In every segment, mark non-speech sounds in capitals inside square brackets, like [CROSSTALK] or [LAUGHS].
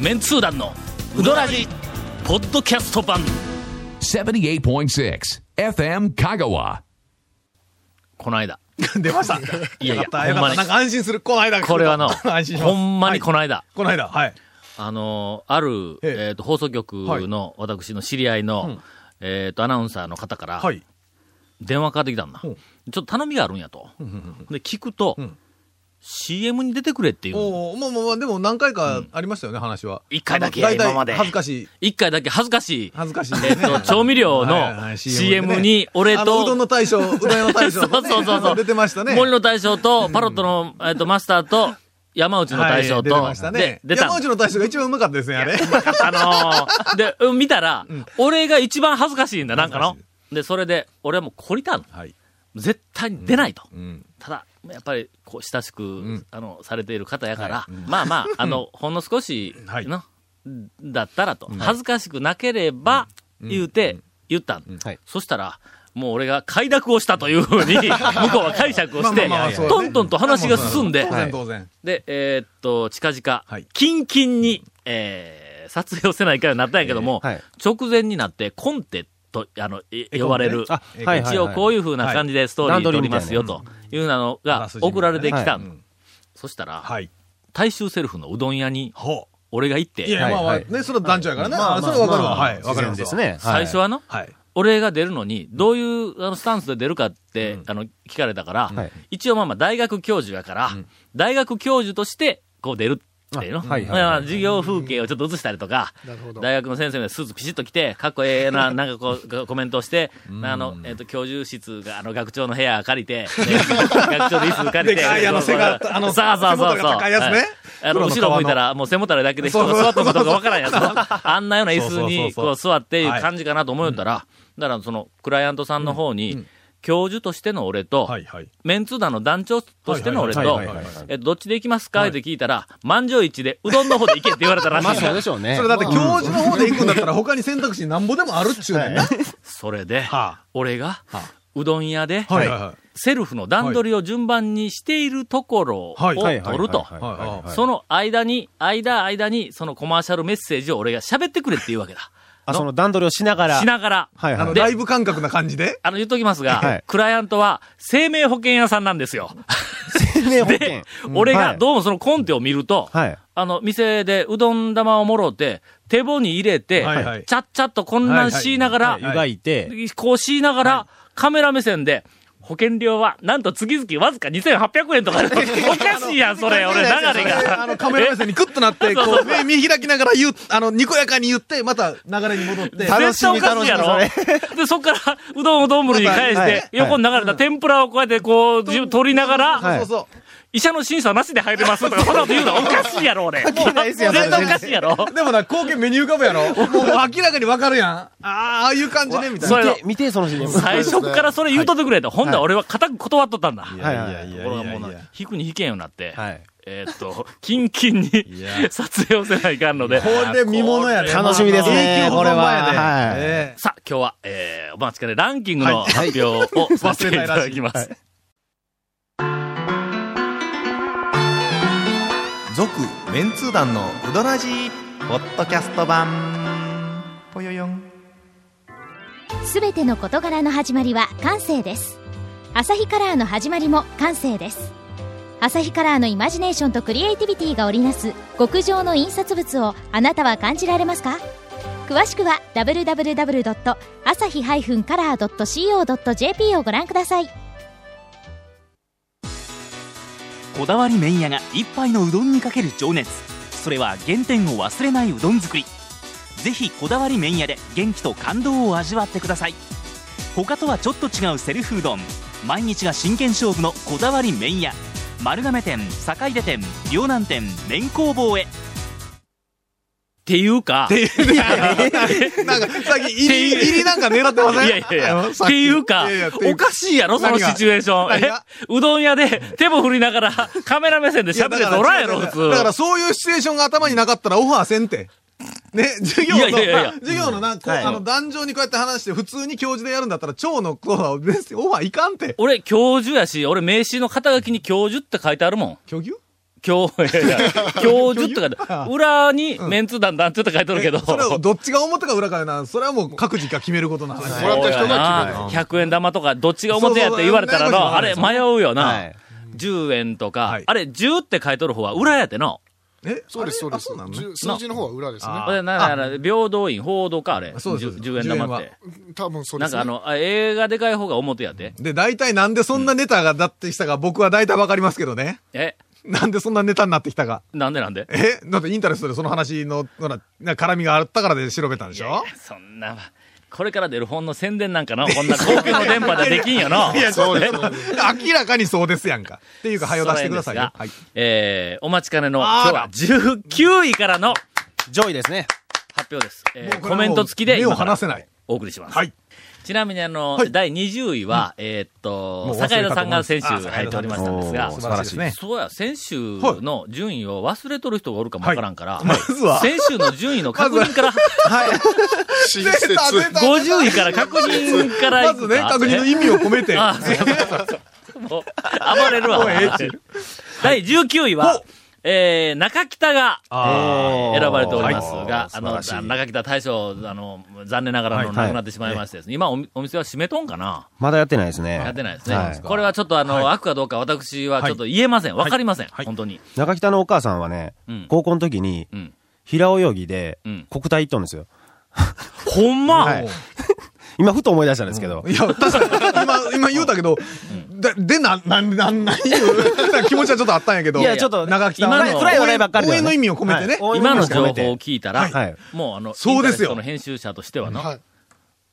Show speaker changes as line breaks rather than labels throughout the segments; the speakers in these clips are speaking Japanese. メンツー団のウドラジポッドキャスト版
78.6 FM Kagawa.
この
[LAUGHS]
間
出ました。
いやいや
よかったよ
ほんま
かっ
に
た。なんか安心する。この間。
これはの
安心します
ほんまにこの間
はいこの間。はい。
あのーある、
ええ
えー、と放送局の私の知り合いの、えー、とアナウンサーの方から
はい。
電話かかってきたんだ、
うん
ちょっと頼みがあるんやと、で聞くと、
ん
CM に出てくれっていう
おお、もう、もう、でも何回かありましたよね、話は。
一回だけ
あの大体
今まで
恥ずかしい。
一回だけ恥ずかしい
恥ずかしい。
え
[LAUGHS]
っと、調味料
はいはいは
の
い
CM
でね
に、俺
あのうどん
と、
の大将、うどん屋の大将
そ
と
う
ね。
[LAUGHS] そうそうそう。
出てましたね。
森の大将と、パロットの、えっと、マスターと、山内の大将
はい出てまし
と、
たね
で、。出た
山。内の大将が一番うまかったですね、あれ。
あのーで、うん見たら、俺が一番恥ずかしいんだ、なんかの
恥ず。
で、それで、俺はもう懲りたの。
はい。
絶対に出ないと。
うん。
ただ、やっぱり、こう、親しく
ん、
あの、されている方やから
は、いうん
まあ
[LAUGHS]
まあ、あの、ほんの少し、
はい
の、だったらと。恥ずかしくなければ、言うて、言ったの。
はい。
そしたら、もう俺が快諾をしたというふう
[LAUGHS]
に、向こうは解釈をして、
まあまあまあそうだ
ト
ね
ントンと話が進んで
当、
は
然、
い
当然。
で、えーっと、近
は
々
い、
キンキンに、えー撮影をせないからなったんやけども、
えーはい
直前になって、コンテと、あの、い
え
呼ばれる、
あ、
え
はい。
一応こう
いう。
いうふうな感じでストーリー撮りますよ、というの
あ
が
らすじみたいな
送られてきた
はい
うん
そしたら、
はい。
大衆セルフのうどん屋に、
ほう。
俺が行っ
いや
て、
いや、まあま
は
あ、
い
ね、それは団長やからね。
ま
あ
あ
それはわかるわ。
まあ
はい。わかります。
自然ですね。
最初はの、
はい。
俺が出るのに、どういうあのスタンスで出るかって、あの、聞かれたから、
はい
一応まあまあ大学教授やから、大学教授として、こう出るっていうの。
あはいはいはい
まあまあ授業風景をちょっと映したりとか、大学の先生がスーツピシッと着て、かっこええな、なんかこう、コメントをして、あの、えっ、と、教授室が、あの、学長の部屋借り
[LAUGHS]
て、で学長の椅子借りて、
でかいあの
こう
背が
こう
あの
そうそうそう
背もたれ
そう。
が高いや [LAUGHS] つね
はいあの、
黒の
後ろ向いたら、もう背もたれだけで人が座ったことがわからんやつ。あんなような椅子に、こう、座っていう感じ感じかなと思うたら、だからその、クライアントさんの方に、教授としての俺と、
はい、はい。
メンツー団の団長としての俺
はい
と
はいはいはいはいはい、
えっとどっちで行きますかって聞いたら、満場一致で、うどんの方で行けって言われたらしい
まあ
んだ
そうでしょうね。
それだって教
まあ
授の方で行くんだったら他に選択肢なんぼでもあるっちゅうねんな。
それで、
は
俺が
は、
うどん屋で、
はいはいは
セルフの段取りを順番にしているところを
はい
取
はい
ると。
はい
はいはい
その間に、間間に、そのコマーシャルメッセージを俺が喋ってくれって言うわけだ。
あ、その段取りをしながら。
しながら。
はい
い。あ
は
の、
[LAUGHS] い。
ライブ感覚な感じで。
あの、言っときますが、
はい
クライアントは生命保険屋さんなんですよ。
生命保険
で。、俺が
う
どうもそのコンテを見ると、
はい
あの、店でうどん玉をもろって、手棒に入れて、
はいはい
ちゃっちゃっと混乱しながら、
はい
湯がいて。
こうしながら、カメラ目線で、保険料は、なんと月々わずか2800円とか。
[LAUGHS]
おかしいやん、それ、俺、流れが。
あの、カメラ目線にクッとなって、こう、目見開きながら言う、あの、にこやかに言って、また流れに戻って。
楽し
絶対お
み
かしいやろ
楽
で、そっから、うどんを丼に返して、
はいはい
横に流れた天ぷらをこうやって、こう、じゅ取りながら、
はい
そうそう
医者の審査なしで入れますとか、そんなこと言うのおかしいやろ、俺。
[LAUGHS] ないですよ
絶対おかしいやろ
そ。う。でもな、光景目に浮かぶやろ。もう明らかにわかるやん。ああ、ああいう感じね、みたい
そ
な。
れ
見て、見て、その CM。
最初からそれ言うとってくれと。ほんなら
はい
俺は固く断っとったんだ。
い
はいはい
ところがもうな、引くに引けんようになって、
はい
えーっと、キンキンに [LAUGHS] 撮影をせないかんので。
これ見物やね。
楽しみですね
永久保存版やで
これははい
ええ
さあ、今日は、えー、お待ちかね、ランキングの発表をさせていただきます。
はい
続メンツー団のウドラジーポッドキャスト版ぽよよん
すべての事柄の始まりは感性ですアサヒカラーの始まりも感性ですアサヒカラーのイマジネーションとクリエイティビティが織りなす極上の印刷物をあなたは感じられますか詳しくは www.asahi-color.co.jp をご覧ください
こだわり麺屋が一杯のうどんにかける情熱それは原点を忘れないうどん作りぜひこだわり麺屋で元気と感動を味わってください他とはちょっと違うセルフうどん毎日が真剣勝負のこだわり麺屋丸亀店坂出店両南店麺工房へ
っていうか、い
なんか、さっき、入り、入りなんか狙ってません
やいやい
あ
や、
の
っ
さき
ていうか
いやいやって、いう
おかしいやろ、その
何が
シチュエーション。
何
え
が
うどん屋で手も振りながら、カメラ目線で
いや
喋っておらんやろ、普
だから
通。
だからそういうシチュエーションが頭になかったらオファーせんて。ね、授業の、
いやいやいやいや
授業のな、こうあの、壇上にこうやって話して、普通に教授でやるんだったら、超のコーナーを全然オファーいかんて。
俺、教授やし、俺名刺の肩書きに教授って書いてあるもん。 [LAUGHS]
教授
今日、いやいや教授とか、裏にメンツ団団長って書いてあるけど、
それをどっちが表か裏かなん、それはもう各自が決めることな話。
もらった人が決める。
100円玉とか、どっちが表やって言われたら
そうそう
な、あれ迷うよ
は。
ない10円とか
はい、
あれ10って書いとる方は裏やっての。
え
そうです、そうで
あ
す
なの。ね
じゅ数字の方は裏ですね。
ほんでななな平等院、報道か、あれ。
そうです
10, 10円玉って。
多分そう
な
で
ん
す
か
ね。
あ
[LAUGHS]
の、あ映画でかい方が表やって。
で、大体なんでそんなネタがだってきたか、僕は大体わかりますけどね。
え、
なんでそんなネタになってきたか。
なんでなんで [LAUGHS]
えだってインタレストでその話の、ほら、な絡みがあったからで調べたんでしょ
そんな、これから出る本の宣伝なんかな、こんな公共の電波ではできんよ
[LAUGHS]
な。
そうですそうです。
明らかにそうですやんか。っていうか、はよ出してくださいよ。
そ
は
う
い。
えーお待ちかねの、今日は19位からの
上位ですね。
発表です。えー
もうこれ
コメント付きで
目を
今か
離
ら
せない。
お送りします。
はい。
ちなみにあの、
はい
第20位は、えーっと
も、う忘れ
坂
たと
井
思いま
田
す
さんが先週
あ坂井田さん
入っておりましたんですが、
素晴らしいですね。
そうや、先週の順位を忘れとる人がおるかもわからんから、
まずは
先週の順位の確認から、
新
50
設。
位から確認から行
まず
く
ね、
か
確認の意味を込めて。
あ、そうそうそうそう。もう、暴れるわ。第19位は、えー、中北が、えー選ばれておりますが、あの、あ中北大将、あの、残念ながらあの亡くなってしまいましてですね、今おお店は閉めとんかな
まだやってないですね。
やってないですね。
はい
これはちょっとあの、悪かどうか私はちょっと言えません。わかりません。本当に。
中北のお母さんはね
うん、
高校の時に
う、ん。
平泳ぎで
うん、
国体行っとんですよ。
ほんま、
はい今、ふと思い出したんですけど。
いや、確かに、今、今言うたけど、だで、な、な、な、な、いう [LAUGHS] 気持ちはちょっとあったんやけど。
いや、ちょっと、
長北
今の
暗い話題ばっかりだ
応
ね
援の意味を込めてね。
はい
今の情報を聞いたら、
はい
もうあの、
そうですよ
インターネットの編集者としてはの、
はい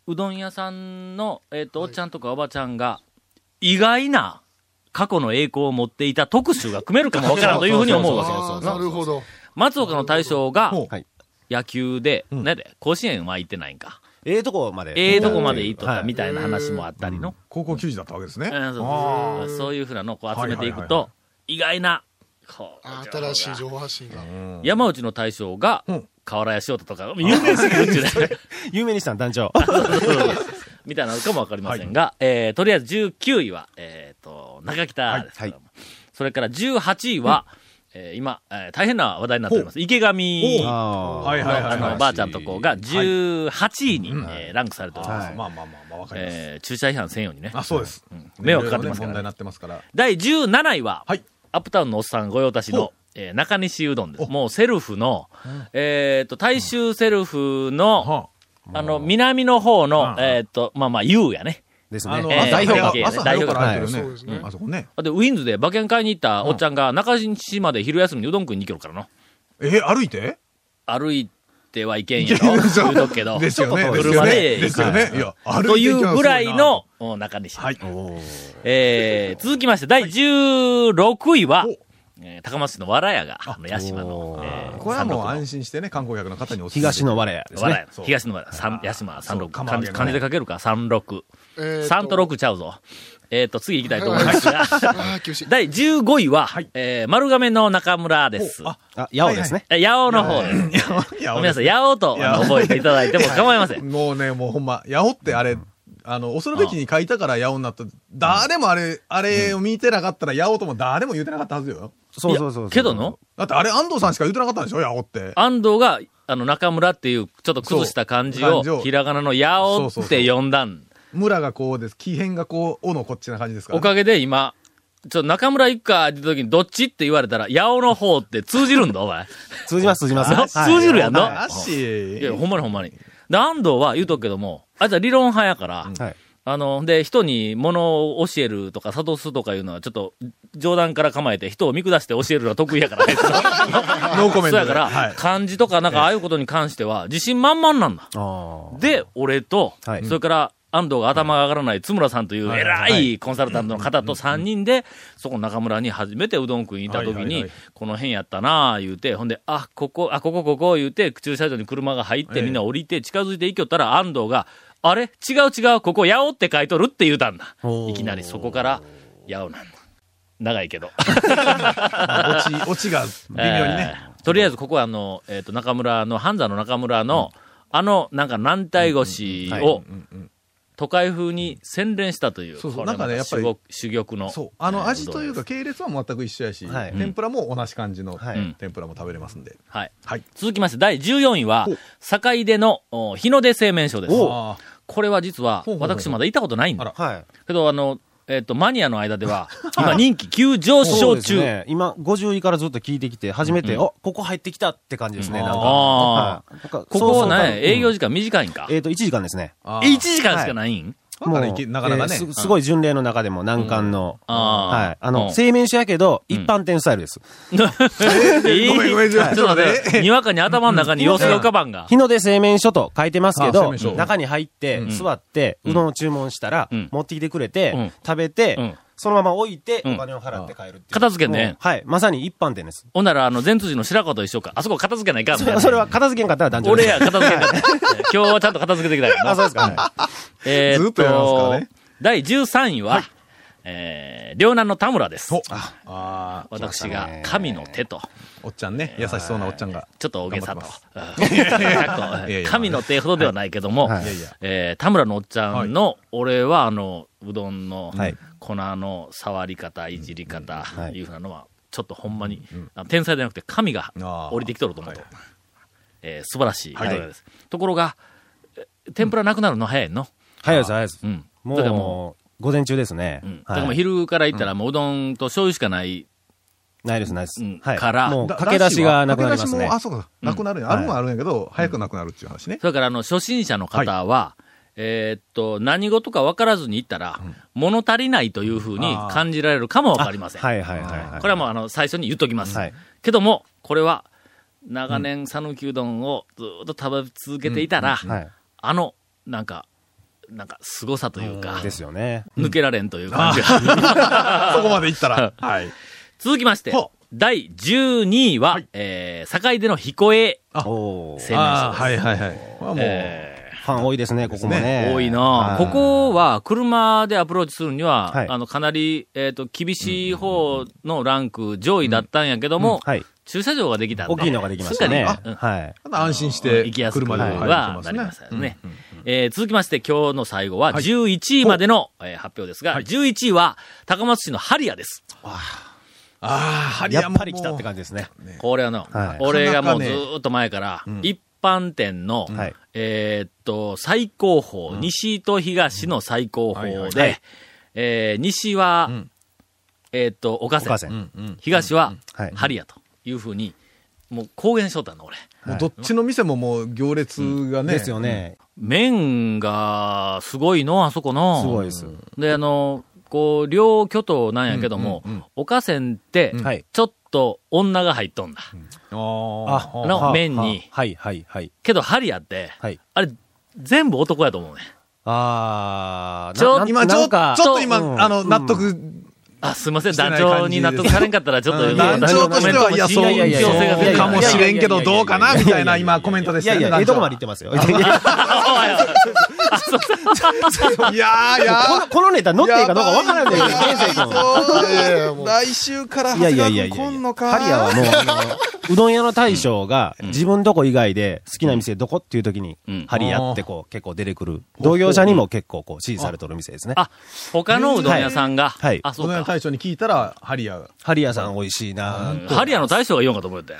う
どん屋さんの、えっ、と、おっちゃんとかおばちゃんが、意外な過去の栄光を持っていた特集が組めるかもわからんというふうに思う [LAUGHS] わけです
あ
よ
ー。なるほど。
松岡の大将が
ほう
はい
野球で、なんやで、甲子園は行ってないんか。
ええとこまで。
ええとこまで行っとったみ
た
たいな話もあったりの。
高校球児だったわけですね。
うんそう
あ
そうそういうふうなのをこう集めていく
はいはいはい
と、意外な、こう
あ新しい情報発信が。
山内の大将が
うん、
河原屋翔太とか、有名すぎるって [LAUGHS] いうね。
有名にしたん、団長。
みたいなのかもわかりませんが、えーとりあえず19位は、えーと、中北ですけども、それから18位は、えー今、えー大変な話題になっております。池上
ほう
の、
あ
はいはいは
あ
いは
の、
い。
ばあちゃんとこが18位に、えーランクされております。
はい
まあまあまあまあ、わかります。
えー駐車違反専用にね。
あ、そうです。
迷惑かかってますから
問題
ね
になってますから。
第17位は、
はい
アップタウンのおっさん御用達
ほ
の
う、
えー中西うどんです。もうセルフの、えっ、と、大衆セルフの、
は
あの、南の方の、
うん
えっ、と、まあまあ、U やね。
です
あ、あ
ね
の、。
えー
朝
代表系
早く
ね
朝早くから入って
代
るよ
表そう
ね
ですね
うんあそこね。
で、ウィンズで馬券買いに行ったおっちゃんが、中西まで昼休みにうどん食いに行けるからの。
えー、歩いて
歩いてはいけんやろ。言うとくけど。
ですよね。ですよ
車
ね。
で
で
行
す
く。
よね。いや、歩いて
とい
行けば
う
すご
ぐ
な
らい。のお中西。
はい。
えー、続きまして、第16位は
お、
えー高松市のわらやが、あの、屋島の、えー
これはもう
三
安心してね、観光客の方におすすめ
東の我やで
六
す
わ
ね
ら。や、
そう
東のわら、三屋島三六。
そう釜揚
漢
げ
字
の
漢字で書けるか三六。
えー
三と。六ちゃうぞ。えっと、次行きたいと思いますが、
[LAUGHS]
ああ、厳しい。
第15位は、えー丸亀の中村です。
あ、
あ、ヤオですね。
え八尾の方です。
いや、
皆さん、八尾とあの覚えていただいても構いません。
もうね、もうほんま、ヤオってあれ、あの、恐るべきに書いたからヤオになった。誰もあれ、あれを見てなかったらヤオとも誰も言うてなかったはずよ。
そうそうそうそう。
けどの、
だってあれ安藤さんしか言うてなかったんでしょヤオって。
安藤が、あの、中村っていう、ちょっと崩した漢字
そう漢字
を、
を
ひらがなの八尾
そう
っ
そう
て
そ
呼んだん。
村がこうです。木辺がこう、おのこっちな感じですから
お
ね、
かげで今、ちょっと中村行くかって時に、どっちって言われたら、八尾の方って通じるんだ、お前。
通じます、通じます。
あ
はい
通じるやんの
あし
いや、ほんまにほんまに。で、安藤は言うとくけども、あいつは理論派やから、
はい。
あの、で、人に物を教えるとか、諭すとかいうのは、ちょっと、冗談から構えて、人を見下して教えるのは得意やから、ね、
ノーコ
そ
メン
う
ト
や
で。
から、
はい。
漢字とかなんかああいうことに関しては、自信満々なんだ。
ああ。
で、俺と、
はい
それから安藤が頭が上がらない津村さんという偉いコンサルタントの方と3人で、そこの中村に初めてうどん食いに行った時
はいはいは
に
い、
この辺やったなあ言うて、ほんで、あ、ここ、あ、ここ、ここ言うて、駐車場に車が入っ
え
て
え
みんな降りて近づいていきよったら安藤が、あれ違う違う、ここ、やおって書いとるって言うたんだ。
おー
いきなりそこから、やおなんだ。長いけど。
落ち、落ちが微妙にね。
えーとりあえずここはあの、えっ、と、中村の、半座の中村の、あの、なんか軟体腰を、都会風に洗練したという、
そう
こ
そう
れまた
なんかねやっぱり
主玉主玉の。
そう。
[LAUGHS]
あ
え
の
ー
味というか、、系列は全く一緒やし、
はい
天ぷらも同じ感じの
はい
天ぷらも食べれますんで。
うどんはい。
はい。
続きまして、第14位は、坂出のお日の出製麺所です。
あ
これは実は
ほう、ほうほう
私まだ行ったことないん
あ
だ
ら。
はい。
けど、あの、えっと、マニアの間で
[LAUGHS]
は、今人気急上
そう
昇
です
中。
ね。今、50位からずっと聞いてきて、初めて、あ、ここ入ってきたって感じですね、なんか。
あ
はいなんか
ここは
そうそう
ね、営業時間短いんか。
えっと、1時間ですね。
あ
1時間しかないん
なんかねいけなかなかね
えーすすごい巡礼の中でも難関の。
あー
はい。あ
うん
の、製麺所やけど、一般店スタイルです。
え
ごめんごめん
ち
ち
ょ
ょ
っ
っ
と
と
待
待って
って、にわかに頭の中に様子が浮かばんが。
日の出製麺所と書いてますけ
あ製
ど
麺所、
中に入って、座って、うどんを注文したら
うん、
持ってきてくれ
うん
て、食べ
う
て
ん、
そのまま置いて、
うん
お金を払って帰るっていう。
片付けね
もうはい。まさに一般店です。
ほんなら、あの、前通寺の白子と一緒か。あそこ片付けないかんみたいな。
それは片付けんかったら男女
俺や、片付けないかん。 [LAUGHS] 今日はちゃんと片付けてきたよな。
あ、そうですか。はい
えー
ずっとやりますからね
第13位は、えー、両南の田村です。
あー、
私が、神の手と、
おっちゃんね。優しそうなおっちゃんが。
ちょっと大げさと
頑張。
かっこ
いやいや
神の手ほどではないけども、
はい
いやいや。
えー田村のおっちゃんの、俺は、あの、うどんの
はい
粉の触り方、いじり方、
うんはい
いうふうなのは、ちょっとほんまに、あの天才じゃなくて神が
あー
降りてきとると思うと、えー素晴らしい
はい
ところです。ところが、え天ぷらなくなるの早いの。
早いです、早いです
う。ん。だからも
もう、午前中ですね
う、うん。。だか
は
ら
い
もう昼から行ったら、もううどんと醤油しかない。
ないです、ないで
うん
す。はい。
から
もう、駆け出しがなくなります
駆け出し
ね
も、。あ、そうか。なくなるんや。あるもんあるんやけど、早くなくなるっていう話ね。
それから、あの、初心者の方は、えーっと、何事か分からずに行ったら、物足りないというふうに感じられるかも分かりません。
はいはいはいはい。
これはもうあの最初に言っときます。
はい
けども、これは長年讃岐うどんをずっと食べ続けていたら、
はい。
あの、なんか、なんか凄さというか、
ですよね。
抜けられんという感じが。
そこまで行ったら。はい。
続きまして
ほ、
第12位は、えー、堺出の彦栄
あ
おー
製麺所
ー
です。
はいはいはい。これはもう、
えー
ファン多いですね、ここもね。
多いなあ
はい
ここは車でアプローチするには、
はい
あの、かなり、えっ、と、厳しい方のランク上位だったんやけども、
はい。
駐車場ができたんで
大きいのができましたね。
すっかりうん
はい。
安心し
行
て、
きやすく
車で
は
も入
は
っ
な
て
り
ま
ますす
ね。
よね。えー続きまして、今日の最後は、11位までの、えー発表ですが、11位は、高松市のハリアです。
ああ、ハリ
や
ア
っ
も
ぱり来たって感じですね。
これはの、
はい
俺がも
なかなか
うず
ね
ーっと前から、一般店の、
はい
えーっと、最高峰、西と東の最高
うんはい
峰
はい
で、えー西は、
ん
えーっと、岡
お母
瀬
さ、。
うんんうん。
東は、
はい。
ハリアというふうに、もう公言しとったの、俺。
もうどっちの店ももう行列がね。
ですよね。
麺が、すごいの、あそこの。
すごいです。
で、あの、こう、両巨頭なんやけども、おかせんって、
はい
ちょっと女が入っとんだ。
あー。
の
はあ
麺に
はあはいはいはい。
けど、ハリアって、
はい。
あれ、全部男やと思うね。
あー、
ちょ
な
今、ちょ
なん
ちょ
か
っと
うん
今、あの、納
[LAUGHS]
得、
あ、すいません、
してな
団
い
長に納得されんかったら、ちょっと、
うん団長としては、いや、そう
いやいやいやいやいや
かもしれんけど、どうかなみたいな、
いやいやいやいや
今、コメントで
い
したよ
やい
ね。
や、ええとこまで行ってますよ。いやいやいや
いやー、いや
このこのネタ乗っていいかどうかわからんねんけど、先生君。
いやいやもう
来週から
いやいやいやいや。
来んのか。
ハリアはもう、あの、うどん屋の大将が、自分どこ以外で好きな店どこっていう時に
うん、
ハリアってこう、結構出てくる。同業者にも結構こう、支持されてる店ですね。
あ、他のうどん屋さんが、
はい
あ、そう
その
か。
大将に聞いたら、ハリアが。
ハリアさん美味しいな
ハリアの大将が言おうかと思ったよ。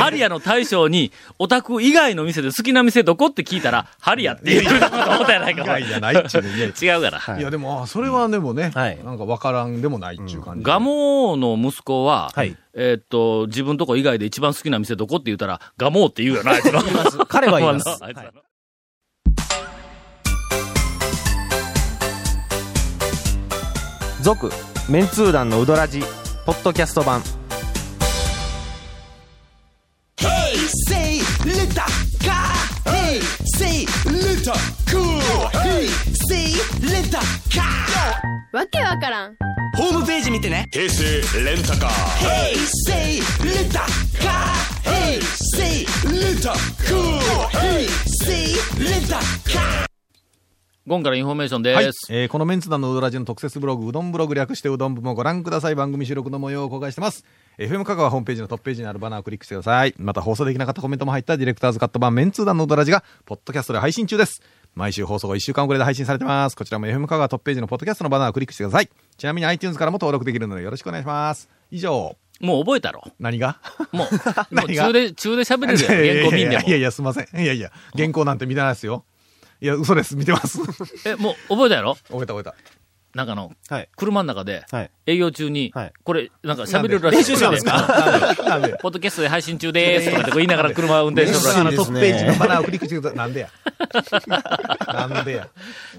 ハリアの大将に、オタク以外の店で好きな店どこって聞いたら、ハリアって言うかと思ったやないか。
いやいやないっちゅうねいや
違うから。
[LAUGHS] はい
いや、でも、あーそれはでもね、
はい
なんか分からんでもないっちゅう感じ。
ガモの息子は、
はい
えーっと、自分とこ以外で一番好きな店どこって言ったら、ガモって言うよな、あいつの。
彼は言います
[LAUGHS] あいつらの
続メンツー団のウドラジポッドキャスト版
わけわからん
ゴンからインフォメーションです。
はい、えーこのメンツ団のうどらじの特設ブログ、うどんブログ略してうどん部もご覧ください。番組収録の模様を公開してます。FM 香川ホームページのトップページにあるバナーをクリックしてください。また放送できなかったコメントも入ったディレクターズカット版メンツー団のうどらじが、ポッドキャストで配信中です。毎週放送が1週間遅れで配信されてます。こちらも FM 香川トップページのポッドキャストのバナーをクリックしてください。ちなみに iTunes からも登録できるのでよろしくお願いします。以上、
もう覚えたろ。
何が
もう、もう
何が
中で、中で喋れるやん。原稿
い
見ん
や
で
いや
も
い。やいや、すいません。いやいや、原稿なんて見てないですよ。いや、嘘です。見てます。 [LAUGHS] 覚
え、もう [LAUGHS] 覚えたやろ
えた覚えた。
なんかあの、
はい。
車の中で、
はい。
営業中に
はい、
これ、なんか喋れるらしいですよ。
なんで
ポッドキャストで配信中でーすとかってこう言いながら車を運転してるらしい
あのト
嬉しいです
ップ
ね
ページのバナーをクリックしてください。 [LAUGHS] なんでや。なんでや。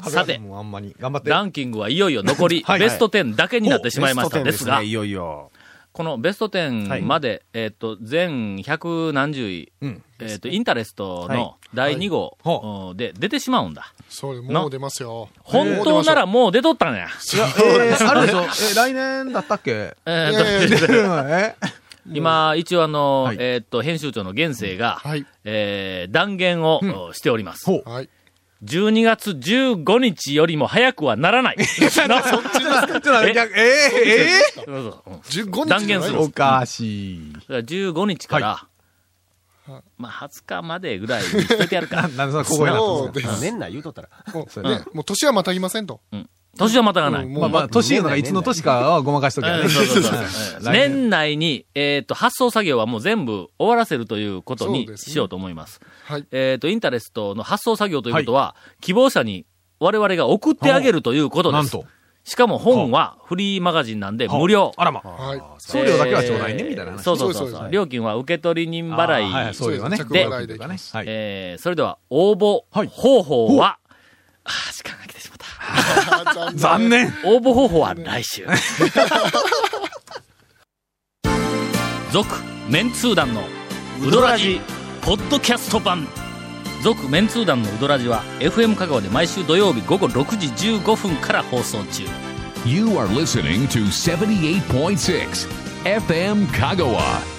さて
もうあんまに。頑張って。
ランキングはいよいよ残り、
はい
ベスト10だけになってしまいました
お
で
ベ
す
スト10
が、
ねいよいよ。
このベスト10まで、えっ、と、全100何十位、
うん
えっ、と、インタレスト
はい
の第2号、
はい
うんで出てしまうんだ。
そうです
な
もう出ますよ。
本当ならもう出とったんや。
いや、えー、あるでしょ。え、来年だったっけ
え
い
ーと
やいやいや
[LAUGHS] え
今、一応あの、
はい
えっ、と、編集長の現世が、
はい
えー断言を、しております。
ほう
はい。
12月15日よりも早くはならない。な [LAUGHS] そっち
ちょっと待って逆えー、え
15日
断言す
ー
る
おかしい。
15日から、まあ、20日までぐらいにしといてやるか
な。んでそんな小声になって
そ
る
うんで
ですすか。
年内言うとったら。
もう
そうやね
ねもう年はまたぎませんと。
年はまたがない。
うん
まあまあ、年いうのがいつの年かはごまかしとけば
う
ね
んそうそうそう
[LAUGHS] 来年
年内に、えっ、と、発送作業はもう全部終わらせるということに
そうですね
しようと思います。
はい。
えっ、と、インタレストの発送作業ということは、希望者に我々が送ってあげるということ
な
で
ん
す。
と。
しかも本はフリーマガジンなんで無料。
あらま。
はい。
送料だけはちょうだいね、
えー
みたいな話。
そうそうそ
そううそう
そ。
そうう
料金は受取人払い。
あーはい、そういうのね。
そう
です着
払いで
ね。はい。
えーそれでは応募
はい
方法は、あー時間が来てしまった。
[LAUGHS]
残念
応募方法は来週。 [LAUGHS] 続、メンツー団のウドラジ、ポッドキャスト版。続、メンツー団のウドラジは、FM 香川で毎週土曜日午後6時15分から放送中。
You are listening to 78.6 FM Kagawa.